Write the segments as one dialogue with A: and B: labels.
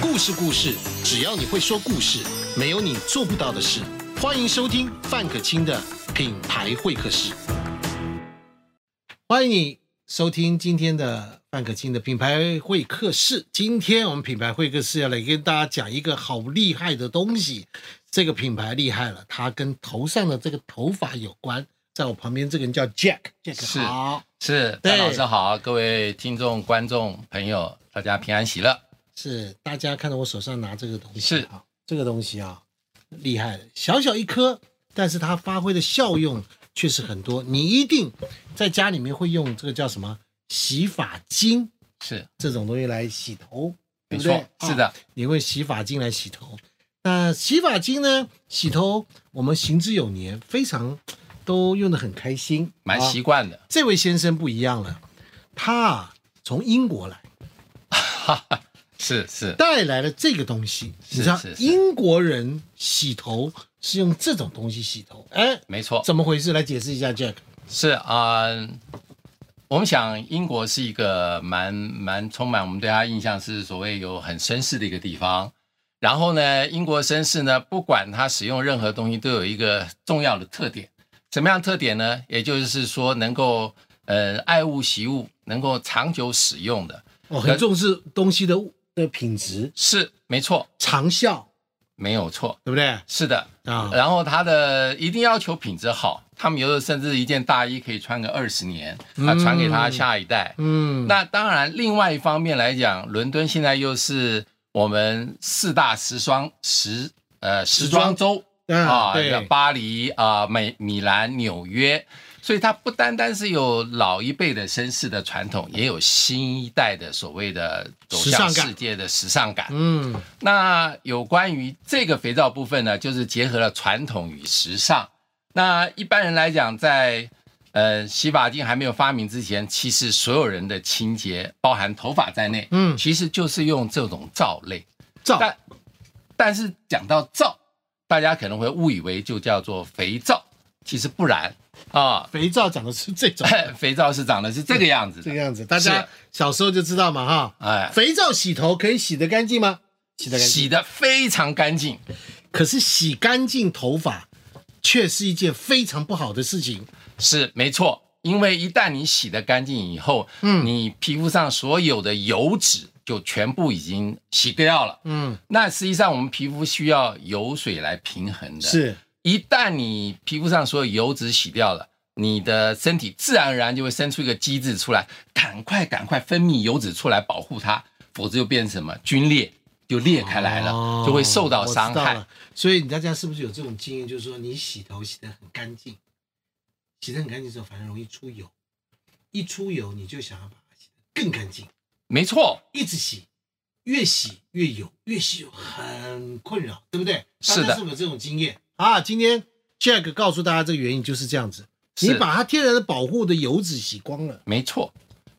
A: 故事故事，只要你会说故事，没有你做不到的事。欢迎收听范可清的品牌会客室。欢迎你收听今天的范可清的品牌会客室。今天我们品牌会客室要来跟大家讲一个好厉害的东西，这个品牌厉害了，它跟头上的这个头发有关。在我旁边这个人叫 Jack，Jack
B: 是
A: 好，
B: 是，
A: 对
B: 范老师好，各位听众、观众朋友，大家平安喜乐。
A: 是大家看到我手上拿这个东西，
B: 是
A: 啊，这个东西啊，厉害了，小小一颗，但是它发挥的效用确实很多。你一定在家里面会用这个叫什么洗发精
B: 是，
A: 这种东西来洗头，对不
B: 没错
A: 对？，
B: 是
A: 啊
B: 的，
A: 你会洗发精来洗头。那洗发精呢，洗头我们行之有年，非常都用的很开心，
B: 蛮
A: 啊
B: 习惯的。
A: 这位先生不一样了，他啊从英国来。
B: 是是，
A: 带来了这个东西。
B: 是
A: 你知道
B: 是，是
A: 英国人洗头是用这种东西洗头，哎，
B: 没错，
A: 怎么回事？来解释一下，Jack。
B: 是啊、我们想，英国是一个蛮蛮充满我们对它印象是所谓有很绅士的一个地方。然后呢，英国绅士呢，不管他使用任何东西，都有一个重要的特点。什么样的特点呢？也就是说，能够呃爱物惜物，能够长久使用的。
A: 哦，很重视东西的的品质、
B: 是，没错，
A: 长效，
B: 没有错，
A: 对不对？
B: 是的。
A: 啊，
B: 然后它的一定要求品质好，他们有的甚至一件大衣可以穿个二十年，啊，传给他下一代。
A: 嗯，
B: 那当然，另外一方面来讲，伦敦现在又是我们四大时装时呃时装周
A: 啊，对，
B: 巴黎啊、美米兰、纽约，所以它不单单是有老一辈的绅士的传统，也有新一代的所谓的走
A: 时尚
B: 向
A: 感
B: 世界的时尚感。
A: 嗯，
B: 那有关于这个肥皂部分呢，就是结合了传统与时尚。那一般人来讲，在呃洗发精还没有发明之前，其实所有人的清洁，包含头发在内，
A: 嗯
B: 其实就是用这种皂类。
A: 照
B: 但但是讲到皂，大家可能会误以为就叫做肥皂，其实不然啊、
A: 肥皂长得是这种
B: 肥皂是长得是这个样子
A: 这个
B: 的，
A: 样子，大家
B: 是
A: 小时候就知道嘛哈。
B: 哎，
A: 肥皂洗头可以洗得干净吗？洗得干净，
B: 洗得非常干净。
A: 可是洗干净头发却是一件非常不好的事情。
B: 是没错，因为一旦你洗得干净以后，
A: 嗯
B: 嗯，你皮肤上所有的油脂就全部已经洗掉了。
A: 嗯，
B: 那实际上我们皮肤需要油水来平衡的。，
A: 是，
B: 一旦你皮肤上所有油脂洗掉了。你的身体自然而然就会生出一个机制出来，赶快赶快分泌油脂出来保护它，否则就变成什么皲裂，就裂开来了，
A: 哦
B: 就会受到伤
A: 我知道
B: 害
A: 了。所以你大家是不是有这种经验？就是说你洗头洗得很干净，洗得很干净之后，反而容易出油，一出油你就想要把它洗得更干净，
B: 没错，
A: 一直洗，越洗越油，越洗油很困扰，对不对？
B: 是
A: 大
B: 的
A: 家是不是有这种经验啊？今天 Jack 告诉大家这个原因就是这样子，你
B: 是
A: 把它天然的保护的油脂洗光了，
B: 没错。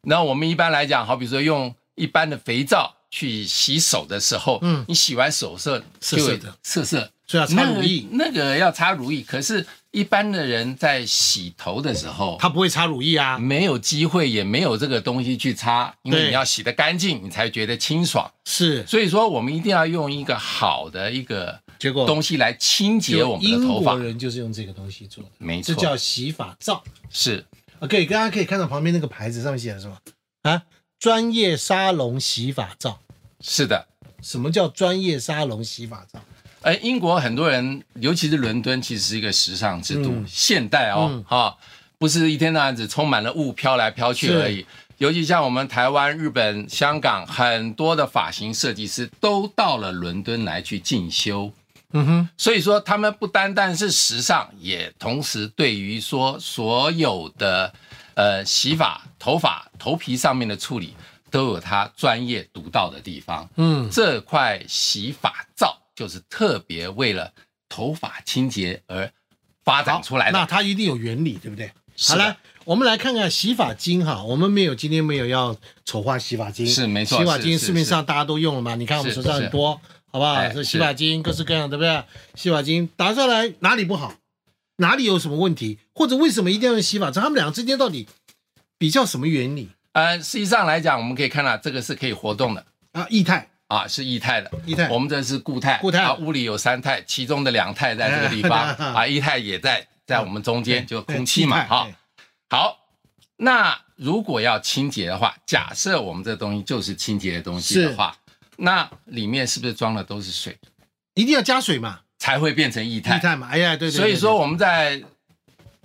B: 那我们一般来讲，好比说用一般的肥皂去洗手的时候，
A: 嗯
B: 嗯，你洗完手色
A: 涩
B: 就
A: 涩
B: 有
A: 的
B: 涩涩，
A: 所以要擦乳液，
B: 那个那个要擦乳液。可是，一般的人在洗头的时候，
A: 它不会擦乳液啊，
B: 没有机会，也没有这个东西去擦，因为
A: 对
B: 你要洗得干净，你才觉得清爽。
A: 是
B: 所以说，我们一定要用一个好的一个
A: 结果
B: 东西来清洁我们的
A: 英国
B: 头发，
A: 人就是用这个东西做的，
B: 没
A: 这
B: 错
A: 叫洗发皂。
B: 是
A: OK，大家可以看到旁边那个牌子上面写的什么啊？专业沙龙洗发皂。
B: 是的。
A: 什么叫专业沙龙洗发皂？
B: 而哎英国很多人，尤其是伦敦，其实是一个时尚之都，现代哦，哈、不是一天到晚只充满了雾飘来飘去而已。尤其像我们台湾、日本、香港，很多的发型设计师都到了伦敦来去进修。
A: 嗯哼，
B: 所以说，他们不单单是时尚，也同时对于说所有的呃洗发、头发、头皮上面的处理，都有他专业独到的地方。
A: 嗯，
B: 这块洗发皂就是特别为了头发清洁而发展出来
A: 那
B: 的。
A: 它一定有原理，对不对？
B: 是
A: 好
B: 的
A: 了，我们来看看洗发精哈。我们没有今天没有要丑化洗发精，
B: 是没错
A: 洗发精
B: 是是
A: 市面上大家都用了嘛，你看我们手上很多，好不好？
B: 哎
A: 这
B: 是
A: 洗发精各式各样，对不对？洗发精打下来哪里不好，哪里有什么问题，或者为什么一定要用洗发皂？它们两个之间到底比较什么原理
B: 呃，实际上来讲，我们可以看到这个是可以活动的，
A: 啊？液态
B: 啊，是液态的。
A: 液态
B: 我们这是固态。
A: 固态
B: 啊，屋里有三态，其中的两态在这个地方 啊，液态也在在我们中间，就空气嘛，哈。
A: 对
B: 好，那如果要清洁的话，假设我们这东西就是清洁的东西的话，那里面是不是装的都是水，
A: 一定要加水嘛，
B: 才会变成液态？
A: 液态嘛，哎呀，对对。
B: 所以
A: 对
B: 说，我们在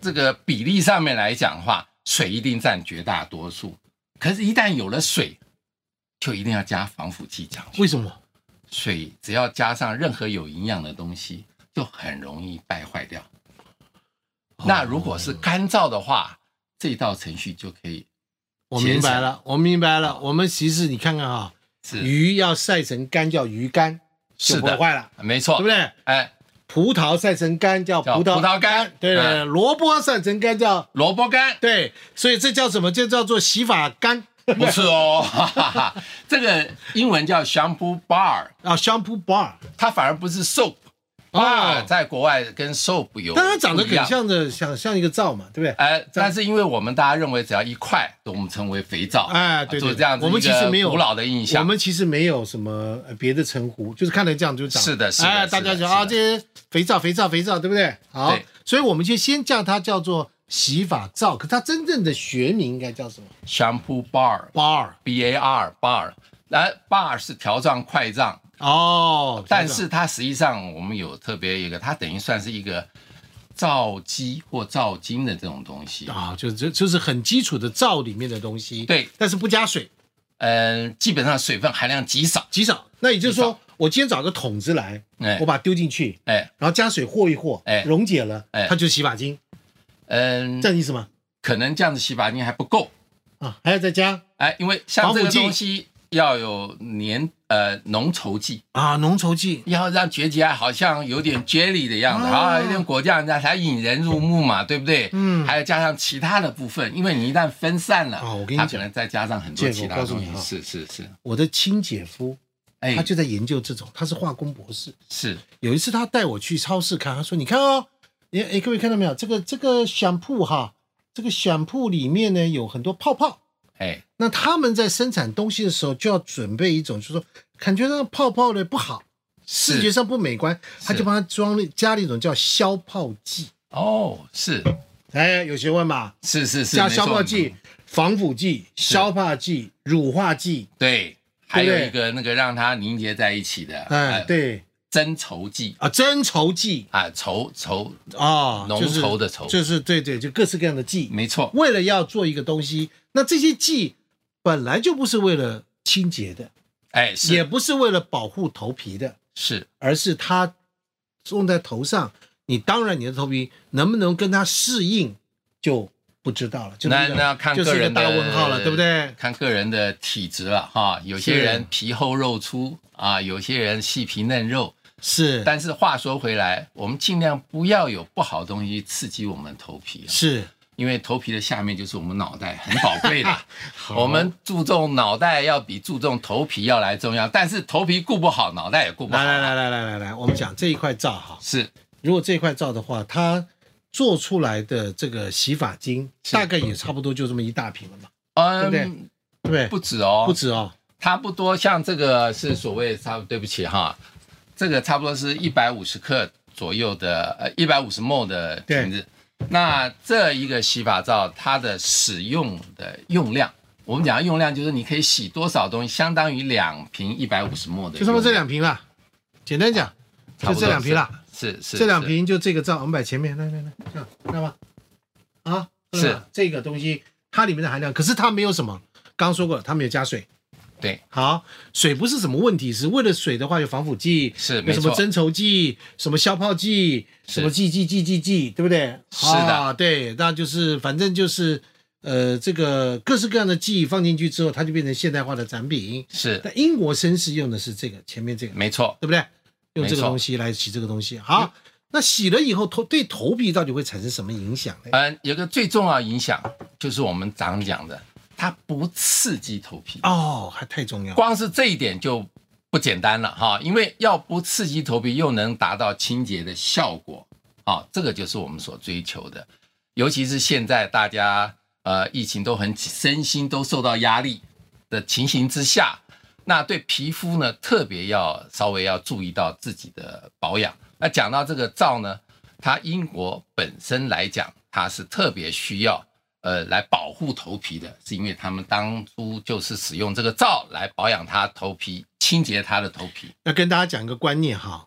B: 这个比例上面来讲的话，水一定占绝大多数。可是，一旦有了水，就一定要加防腐剂进去。
A: 为什么？
B: 水只要加上任何有营养的东西，就很容易败坏掉。
A: 哦
B: 哦那如果是干燥的话，这道程序就可以
A: 哦我
B: 节
A: 明白
B: 省
A: 了，我明白了。我们其实你看看啊，
B: 是
A: 鱼要晒成干叫鱼干，就是不会
B: 的，
A: 坏了，
B: 没错，
A: 对不？对？
B: 哎，
A: 葡萄晒成干叫
B: 叫
A: 葡萄
B: 葡萄干
A: 对对，对
B: 嗯
A: 萝卜晒成干叫
B: 萝卜干
A: 对，所以这叫什么？这叫做洗发干
B: 不是哦， 哈哈哈，这个英文叫 shampoo bar，
A: 啊，shampoo bar。
B: 它反而不是 soap。啊，
A: 哦，
B: 在国外跟 soap 有，
A: 但它长得很。像的，像像一个皂嘛，对不对？
B: 哎、但是因为我们大家认为只要一块，我们称为肥皂，
A: 哎，对
B: 就
A: 对，
B: 是这样子。
A: 我们其实没有
B: 古老的印
A: 我
B: 象，
A: 们其实没有什么呃别的称呼，就是看来这样就长。
B: 是的是的
A: 哎，
B: 是的
A: 大家
B: 是
A: 说
B: 的
A: 啊，这些肥皂、肥皂、肥皂，对不对？好
B: 对，
A: 所以我们就先叫它叫做洗发皂，可它真正的学名应该叫什么
B: shampoo bar
A: ？bar
B: b a r bar，那 bar 是条状块状，
A: 哦，
B: 但
A: 叫做
B: 是它实际上我们有特别一个，它等于算是一个皂基或皂精的这种东西。
A: 啊，就就就是很基础的皂里面的东西。
B: 对，
A: 但是不加水，
B: 嗯、基本上水分含量极少。
A: 极少。那也就是
B: 极
A: 说，我今天找个桶子来，
B: 哎
A: 我把它丢进去，
B: 哎，
A: 然后加水和一和，
B: 哎
A: 溶解了，
B: 哎
A: 它就是洗发精，
B: 嗯、
A: 这样意思吗？
B: 可能这样子洗发精还不够，
A: 啊，还要再加
B: 哎，因为像这
A: 防腐
B: 个
A: 剂
B: 东西要有粘呃浓稠剂，
A: 啊，浓稠剂。
B: 要让觉起来好像有点 jelly 的样子
A: 啊
B: 啊，有点果酱，那才引人入目嘛，对不对？
A: 嗯
B: 还有加上其他的部分，因为你一旦分散了，
A: 哦我跟你
B: 它
A: 讲
B: 可能再加上很多
A: 建
B: 其
A: 我
B: 他
A: 告诉
B: 东
A: 你
B: 西，
A: 啊
B: 是是是，
A: 我的亲姐夫
B: 哎
A: 他，就在研究这种，他是化工博士。
B: 是
A: 有一次他带我去超市看，他说：“你看哦，你哎，各位看到没有？这个这个香铺哈，这个香铺里面呢有很多泡泡。
B: 哎，
A: 那他们在生产东西的时候就要准备一种，就是说感觉那个泡泡呢不好，视觉上不美观，他就帮他装了加了一种叫消泡剂。
B: 哦，是
A: 哎，有学问吧？
B: 是是是，
A: 加
B: 没
A: 消
B: 错嗯
A: 泡剂、防腐剂、消泡剂、乳化剂。
B: 对，还有
A: 对
B: 一个那个让它凝结在一起的，
A: 哎，
B: 呃，
A: 对
B: 增稠剂
A: 啊，增稠剂。”
B: 啊，稠稠，
A: 啊，
B: 浓
A: 就是
B: 稠的稠
A: 就是对对，就各式各样的剂。
B: 没错，
A: 为了要做一个东西，那这些剂本来就不是为了清洁的，
B: 哎，
A: 也
B: 是
A: 不是为了保护头皮的，
B: 是，
A: 而是它种在头上，你当然你的头皮能不能跟它适应就不知道了，就是
B: 那
A: 一个
B: 那要看
A: 就
B: 个
A: 是一个
B: 人的
A: 大问号了，对不对？
B: 看个人的体质了哈，有些
A: 是
B: 人皮厚肉粗啊，有些人细皮嫩肉。
A: 是
B: 但是话说回来，我们尽量不要有不好的东西刺激我们头皮啊，
A: 是，。
B: 因为头皮的下面就是我们脑袋，很宝贝的 我们注重脑袋要比注重头皮要来重要，但是头皮顾不好，脑袋也顾不好
A: 来。来来来来来来，我们讲这一块皂哈，
B: 是
A: 如果这块皂的话，它做出来的这个洗发精大概也差不多就这么一大瓶了嘛，对不
B: 嗯
A: 对，对不对？
B: 不止哦，
A: 不止哦，
B: 差不多像这个是所谓差不，对不起哈，这个差不多是一百五十克左右的，呃，一百五十 ml 的瓶子。那这一个洗发皂，它的使用的用量，我们讲的用量就是你可以洗多少东西，相当于两瓶一百五十 ml 的用
A: 就
B: 量，
A: 差不多这两瓶啦。简单讲，
B: 差
A: 就
B: 不多
A: 这两瓶啦，
B: 是，是是
A: 这两
B: 是
A: 瓶就这个皂，我们摆前面，来来来，这样知道吗？啊，
B: 是
A: 知道吗这个东西它里面的含量，可是它没有什么，刚刚说过了，它没有加水。
B: 对，
A: 好，水不是什么问题，是为了水的话有防腐剂，
B: 是
A: 有
B: 没
A: 什么
B: 错，
A: 增稠剂、什么消泡剂、
B: 是
A: 什么剂剂剂剂剂，对不对？
B: 是的
A: 啊，对，那就是反正就是呃，这个各式各样的剂放进去之后，它就变成现代化的产品。
B: 是
A: 但英国绅士用的是这个前面这个，
B: 没错。
A: 对不对？用这
B: 没
A: 个
B: 错
A: 东西来洗这个东西。好，那洗了以后头对头皮到底会产生什么影响呢？
B: 嗯，有个最重要的影响就是我们常讲的，它不刺激头皮。
A: 哦，还太重要了。
B: 光是这一点就不简单了哈，因为要不刺激头皮，又能达到清洁的效果啊，这个就是我们所追求的。尤其是现在大家呃疫情都很身心都受到压力的情形之下，那对皮肤呢，特别要稍微要注意到自己的保养。那讲到这个皂呢，它英国本身来讲，它是特别需要呃来保护头皮的，是因为他们当初就是使用这个皂来保养它头皮，清洁它的头皮。
A: 要跟大家讲一个观念哈，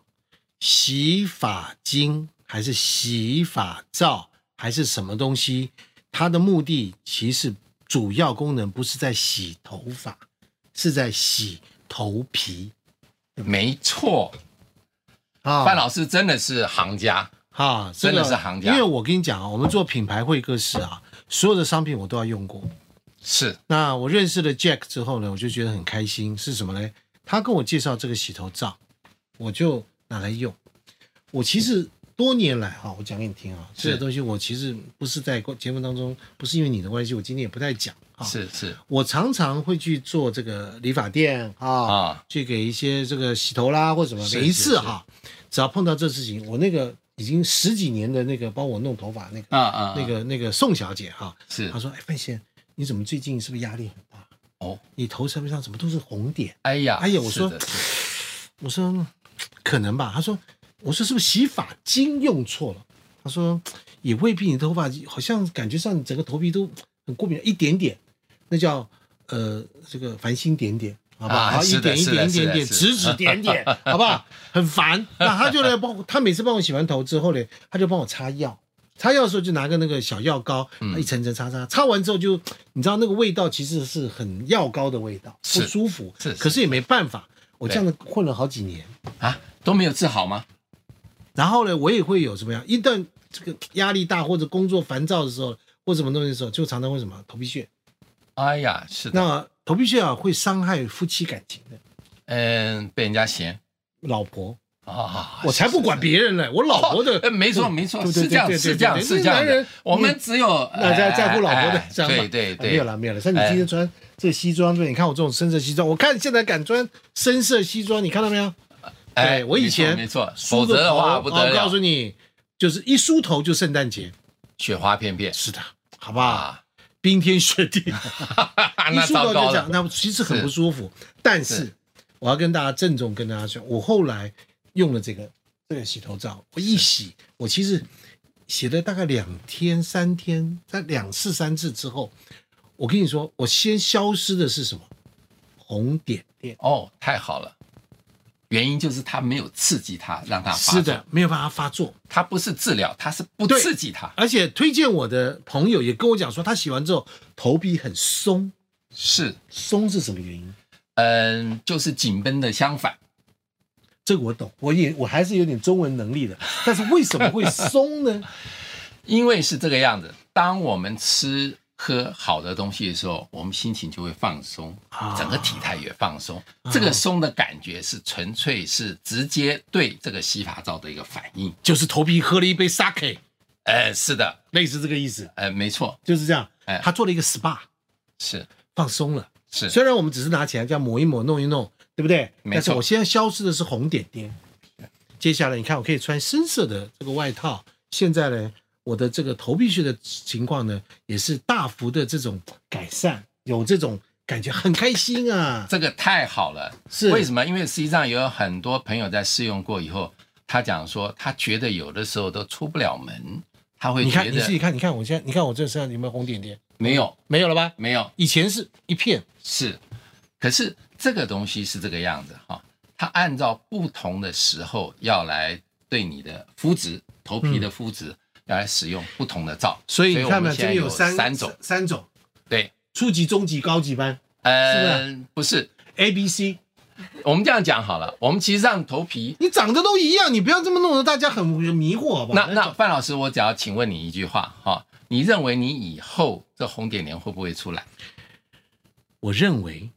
A: 洗发精还是洗发皂还是什么东西，它的目的其实主要功能不是在洗头发，是在洗头皮
B: 没错，
A: 啊。
B: 范老师真的是行家。
A: 啊，这个
B: 真的是行家
A: 因为我跟你讲啊，我们做品牌会客室啊，所有的商品我都要用过。
B: 是
A: 那我认识了 Jack 之后呢，我就觉得很开心。是什么呢？他跟我介绍这个洗头皂，我就拿来用。我其实多年来哈、我讲给你听啊，这个
B: 是
A: 东西我其实不是在节目当中，不是因为你的关系，我今天也不太讲啊。
B: 是是
A: 我常常会去做这个理发店啊，
B: 啊，
A: 去给一些这个洗头啦或什么。
B: 是
A: 每一
B: 是
A: 次
B: 是
A: 哈、只要碰到这事情，我那个已经十几年的那个帮我弄头发那个、
B: 啊啊，
A: 那个那个宋小姐哈、
B: 是
A: 他说：“哎，范先，你怎么最近是不是压力很大？
B: 哦，
A: 你头上面上怎么都是红点
B: 哎呀，
A: 哎呀我
B: 是
A: 说
B: 的是的？”
A: 我说嗯：“可能吧。”他说：“我说是不是洗发精用错了？”他说：“也未必，你头发好像感觉上你整个头皮都很过敏，一点点，那叫呃这个繁星点点。”好不好？
B: 啊
A: 好一
B: 是的
A: 点一
B: 是的
A: 点一
B: 是
A: 点
B: 的
A: 点，
B: 是的
A: 指指点 点，好不好？很烦。那他就来帮我，他每次帮我洗完头之后呢，他就帮我擦药。擦药的时候就拿个那个小药膏，
B: 嗯
A: 一层层擦擦，擦完之后就你知道那个味道其实是很药膏的味道，不
B: 是
A: 舒服。
B: 是是
A: 可是也没办法，我这
B: 对
A: 样的混了好几年。
B: 啊都没有治好吗？
A: 然后呢，我也会有什么样？一旦这个压力大或者工作烦躁的时候，或什么东西的时候，就常常会什么头皮屑。
B: 哎呀，是的，
A: 那头皮屑啊，会伤害夫妻感情的。
B: 嗯，被人家嫌
A: 老婆，
B: 啊，
A: 我才不管别人呢，我老婆的
B: 呃，没错，没错，
A: 对对
B: 是这样，
A: 对对
B: 是
A: 对
B: 这样，
A: 对
B: 是这样
A: 男人
B: 的。我
A: 你
B: 们只有
A: 大家
B: 哎
A: 在乎老婆的
B: 哎
A: 想法。
B: 对对哎
A: 啊没有
B: 对，
A: 啦，没有啦。像你今天穿这西装，对，你看我这种深色西装，我看现在敢穿深色西装，你看到没有？对我以
B: 没错
A: 前
B: 哎没错，否
A: 梳个
B: 则的
A: 头，啊哦
B: 话不得
A: 我告
B: 了
A: 诉，你，就是一梳头就圣诞节。
B: 雪花片片
A: 是的，好不好？
B: 啊，
A: 冰天雪地，一
B: 那
A: 梳头就
B: 糟糕
A: 这样，
B: 了，
A: 那其实很
B: 是
A: 不舒服。但是
B: 是
A: 我要跟大家郑重跟大家说，我后来用了这个这个洗头皂，我一洗，我其实洗了大概两天三天，在两次三次之后，我跟你说，我先消失的是什么？红点点。
B: 哦，太好了。原因就是它没有刺激它，让它发
A: 是
B: 作，
A: 的，没有办法发作。
B: 它不是治疗，它是不
A: 对
B: 刺激它。
A: 而且推荐我的朋友也跟我讲说，他洗完之后头皮很松，
B: 是，
A: 松是什么原因？
B: 嗯，就是紧绷的相反。
A: 这个我懂，我也我还是有点中文能力的，但是为什么会松 呢？
B: 因为是这个样子，当我们吃喝好的东西的时候，我们心情就会放松
A: 啊，嗯
B: 整个体态也放松。这个松的感觉是纯粹是直接对这个洗发皂的一个反应。
A: 就是头皮喝了一杯 sake，
B: 呃，是的，
A: 类似这个意思，
B: 呃，没错，
A: 就是这样
B: 哎。
A: 他做了一个 SPA，
B: 是
A: 放松了。
B: 是
A: 虽然我们只是拿起来这样抹一抹、弄一弄，对不对？
B: 没错
A: 但是我现在消失的是红点点。接下来你看，我可以穿深色的这个外套。现在呢，我的这个头皮屑的情况呢，也是大幅的这种改善，有这种感觉，很开心 啊！
B: 这个太好了。
A: 是
B: 为什么？因为实际上有很多朋友在试用过以后，他讲说他觉得有的时候都出不了门，他会
A: 你
B: 觉
A: 看你自己
B: 得
A: 看，你看我现在，你看我这身上有没有红点点？
B: 没有
A: 没有了吧？
B: 没有
A: 以前是一片，
B: 是，可是这个东西是这个样子哈、它按照不同的时候要来对你的肤质、头皮
A: 嗯
B: 的肤质、要来使用不同的皂，
A: 所以你
B: 我
A: 看嘛，这
B: 们现在
A: 边有
B: 三
A: 三
B: 种，
A: 三种，
B: 对，
A: 初级、中级、高级班啊
B: 呃，不是，
A: A、B、C，
B: 我们这样讲好了，我们其实让头皮，
A: 你长得都一样，你不要这么弄得大家很迷惑，好不
B: 那
A: 好？
B: 那范老师，我只要请问你一句话哈、你认为你以后这红点点会不会出来？
A: 我认为，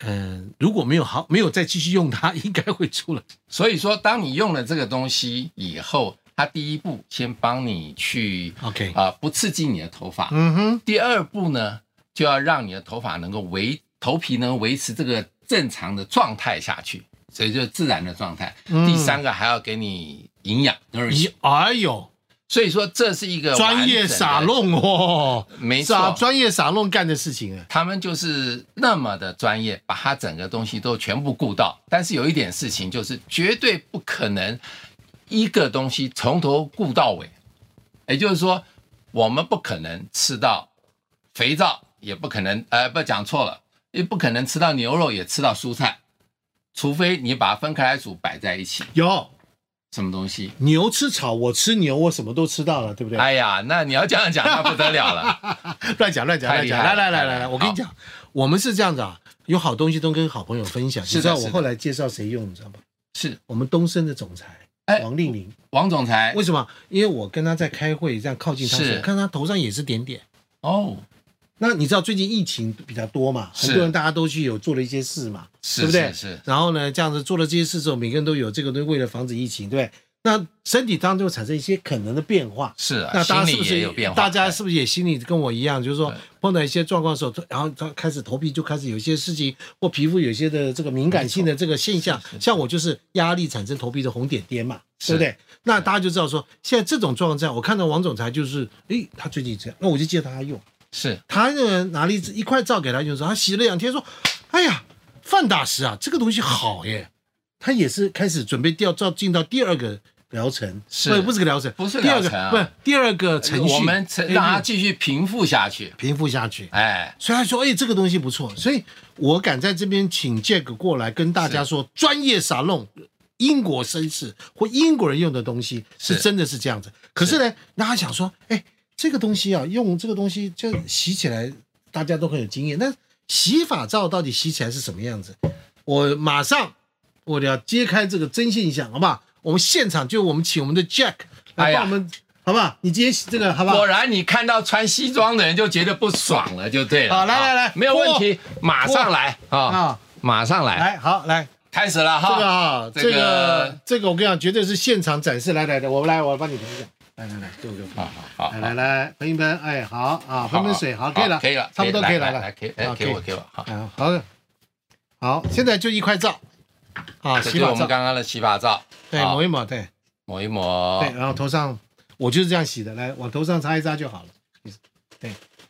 A: 嗯、如果没有好，没有再继续用它，应该会出来。
B: 所以说，当你用了这个东西以后，它第一步先帮你去
A: OK
B: 啊、不刺激你的头发，
A: 嗯哼，
B: 第二步呢，就要让你的头发能够维头皮能维持这个正常的状态下去，所以就自然的状态。第三个还要给你营养 n o u r
A: 你哎呦，
B: 所以说这是一个
A: 专
B: 完
A: 业
B: 整的
A: 傻，弄哦，
B: 没
A: 傻
B: 错，
A: 专业傻弄干的事情哎，
B: 他们就是那么的专业，把他整个东西都全部顾到。但是有一点事情就是绝对不可能一个东西从头顾到尾，也就是说，我们不可能吃到肥皂，也不可能，呃，不讲错了，也不可能吃到牛肉，也吃到蔬菜，除非你把它分开来煮摆在一起，
A: 有
B: 什么东西？
A: 牛吃草，我吃牛，我什么都吃到了，对不对？
B: 哎呀，那你要这样讲，那不得了了。
A: 乱讲乱讲
B: 太
A: 乱
B: 厉
A: 讲！来
B: 害了
A: 来来来
B: 太
A: 来，
B: 厉害
A: 我跟你讲，我们是这样子啊，有好东西都跟好朋友分享。你
B: 是的
A: 知道
B: 是
A: 我
B: 的
A: 后来介绍谁用，你知道吗？
B: 是
A: 我们东升的总裁
B: 哎
A: 王丽玲，
B: 王总裁
A: 为什么？因为我跟他在开会，这样靠近他的时候，
B: 是
A: 我看他头上也是点点。
B: 哦，
A: 那你知道最近疫情比较多嘛，
B: 是
A: 很多人大家都去有做了一些事嘛，
B: 是
A: 对不对？
B: 是是，
A: 然后呢，这样子做了这些事之后，每个人都有这个东西，为了防止疫情，对不对？那身体当中产生一些可能的变化，
B: 是啊，
A: 那大家
B: 心
A: 是不
B: 里
A: 是
B: 也有变化，
A: 大家
B: 对
A: 是不是也心里跟我一样，就是说
B: 对
A: 碰到一些状况的时候，然后他开始头皮就开始有一些事情，或皮肤有些的这个敏感性的这个现象，像我就是压力产生头皮的红点点嘛，对
B: 是
A: 不对？那大家就知道说，现在这种状况下，我看到王总裁就是，诶，他最近这样，那我就借他用，
B: 是
A: 他呢拿了一支一块皂给他用的时候，他洗了两天说，哎呀，范大师啊，这个东西好耶，他也是开始准备掉照进到第二个疗程，
B: 是
A: 不不是个疗程，
B: 不是
A: 第二
B: 疗
A: 个
B: 程啊
A: 不是第二个程序，哎
B: 我们才让它继续平复下去。
A: 平复下去。
B: 哎，
A: 所以他说，哎，这个东西不错，所以我敢在这边请 Jack 过来跟大家说，专业傻弄英国绅士或英国人用的东西是
B: 是
A: 真的是这样子。可是呢，大家想说，哎，这个东西啊，用这个东西就洗起来，大家都很有经验。那洗发皂到底洗起来是什么样子？我马上我要揭开这个真现象，好不好？我们现场就我们请我们的 Jack 来
B: 哎呀
A: 帮我们，好不好？你今天洗这个好不好
B: 果？然你看到穿西装的人就觉得不爽了，就对了。
A: 好来
B: 啊
A: 来来
B: 没有问题，马上来啊
A: 啊，
B: 马上来，
A: 来，好来。
B: 开始了
A: 这个
B: 哈。
A: 啊，
B: 这
A: 这个
B: 个
A: 这个我跟你讲，绝对是现场展示。来来来，我来，我帮你评一下。来来来，给我给我。
B: 好好好
A: 来来来，喷一喷，哎，好啊，喷喷水，好，可以了，
B: 可以了，
A: 差不多可以了，
B: 来来，可以，哎，给我，给我，好。
A: 我，啊好的，好，现在就一块皂，啊，洗
B: 这就是
A: 发
B: 我们
A: 皂，
B: 刚刚的洗发皂，
A: 对，
B: 好
A: 抹一抹，对
B: 抹一抹
A: 对，，然后头上，我就是这样洗的，来，往头上擦一擦就好了，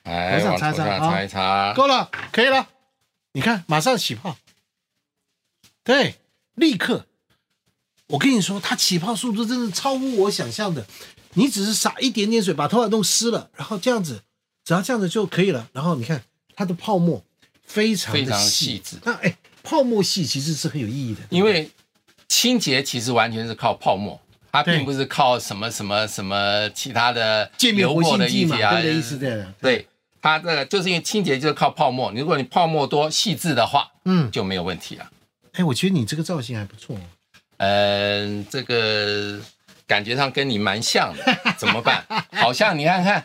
B: 哎，
A: 头上
B: 往
A: 擦
B: 头
A: 擦
B: 上
A: 好
B: 擦一擦，
A: 够了，可以了，你看，马上起泡，对，立刻，我跟你说，它起泡速度真的超乎我想象的。你只是撒一点点水，把头发弄湿了，然后这样子，只要这样子就可以了。然后你看它的泡沫非常
B: 非
A: 的
B: 常
A: 细
B: 细致
A: 那哎，泡沫细其实是很有意义的，
B: 因为清洁其实完全是靠泡沫，它
A: 对
B: 并不是靠什么什么什么其他的
A: 界面
B: 流
A: 活
B: 过
A: 性
B: 的
A: 剂
B: 液
A: 嘛，
B: 体啊，
A: 对不对？意思对的。
B: 对，它这个就是因为清洁就是靠泡沫，如果你泡沫多细致的话，
A: 嗯，
B: 就没有问题了。
A: 哎，我觉得你这个造型还不错哦。
B: 嗯、这个感觉上跟你蛮像的，怎么办？好像你看看。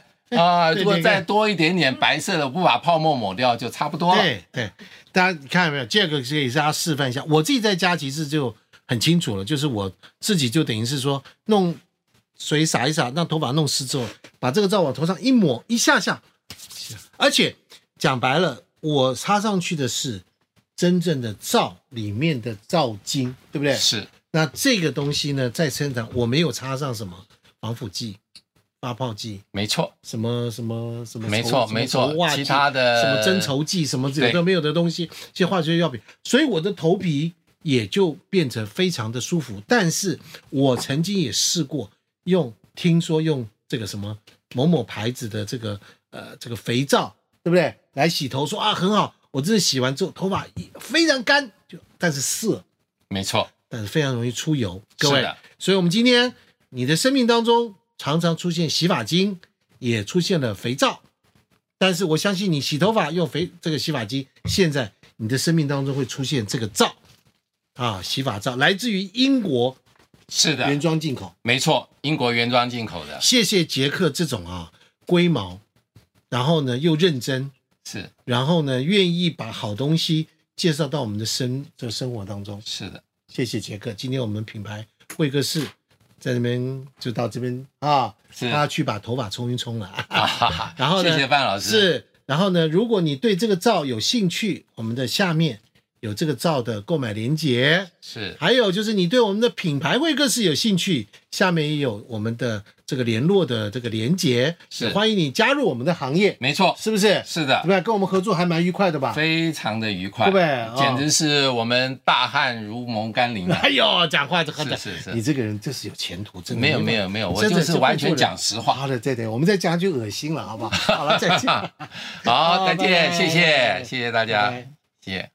B: 啊、
A: 对
B: 如果
A: 对
B: 再
A: 对
B: 多一点点白色的，不把泡沫抹掉就差不多了。
A: 对对，大家看到没有？这个可以让大家示范一下。我自己在家其实就很清楚了，就是我自己就等于是说弄水洒一洒，让头发弄湿之后，把这个皂往头上一抹，一下下。而且讲白了，我擦上去的是真正的皂里面的皂精，对不对？
B: 是
A: 那这个东西呢，在身上我没有擦上什么防腐剂、发泡剂。
B: 没错。
A: 什么什么什么稠，
B: 没错
A: 什么
B: 没错
A: 稠袜剂
B: 其他的
A: 什么增稠剂，什么有的
B: 对
A: 没有的东西，这些化学药品，所以我的头皮也就变成非常的舒服。但是我曾经也试过用，听说用这个什么某某牌子的这个呃这个肥皂，对不对？来洗头说啊很好，我真的洗完之后头发一非常干，就但是涩，
B: 没错，
A: 但是非常容易出油，各位
B: 是的。
A: 所以，我们今天你的生命当中常常出现洗发精，也出现了肥皂，但是我相信你洗头发用肥这个洗发精，现在你的生命当中会出现这个皂啊，洗发皂来自于英国
B: 是的，
A: 原装进口。
B: 没错，英国原装进口的，
A: 谢谢杰克这种啊龟毛，然后呢又认真，
B: 是
A: 然后呢愿意把好东西介绍到我们的生这个生活当中。
B: 是的。
A: 谢谢杰克，今天我们品牌会客室在那边就到这边啊，
B: 是
A: 他去把头发冲一冲了。
B: 啊哈 哈，
A: 然后呢
B: 谢谢范老师，
A: 是，然后呢，如果你对这个皂有兴趣，我们的下面有这个照的购买链接。
B: 是
A: 还有就是你对我们的品牌会客室有兴趣，下面也有我们的这个联络的这个连接，
B: 是
A: 也欢迎你加入我们的行业，
B: 没错，
A: 是不是？
B: 是
A: 对
B: 的，
A: 吧？跟我们合作还蛮愉快的吧？
B: 非常的愉快，
A: 对不对啊
B: 简直是我们大汗如蒙甘霖啊！
A: 哎呦，讲话这很
B: 是是是
A: 你这个人就是有前途，真的
B: 没有没有没有，我就是完全讲实话。
A: 好的，对对，我们再讲就恶心了，好不好？好了，再见，
B: 好，
A: 好
B: 再
A: 哦拜
B: 见，
A: 拜
B: 谢谢，谢谢大家
A: 拜拜，
B: 谢谢。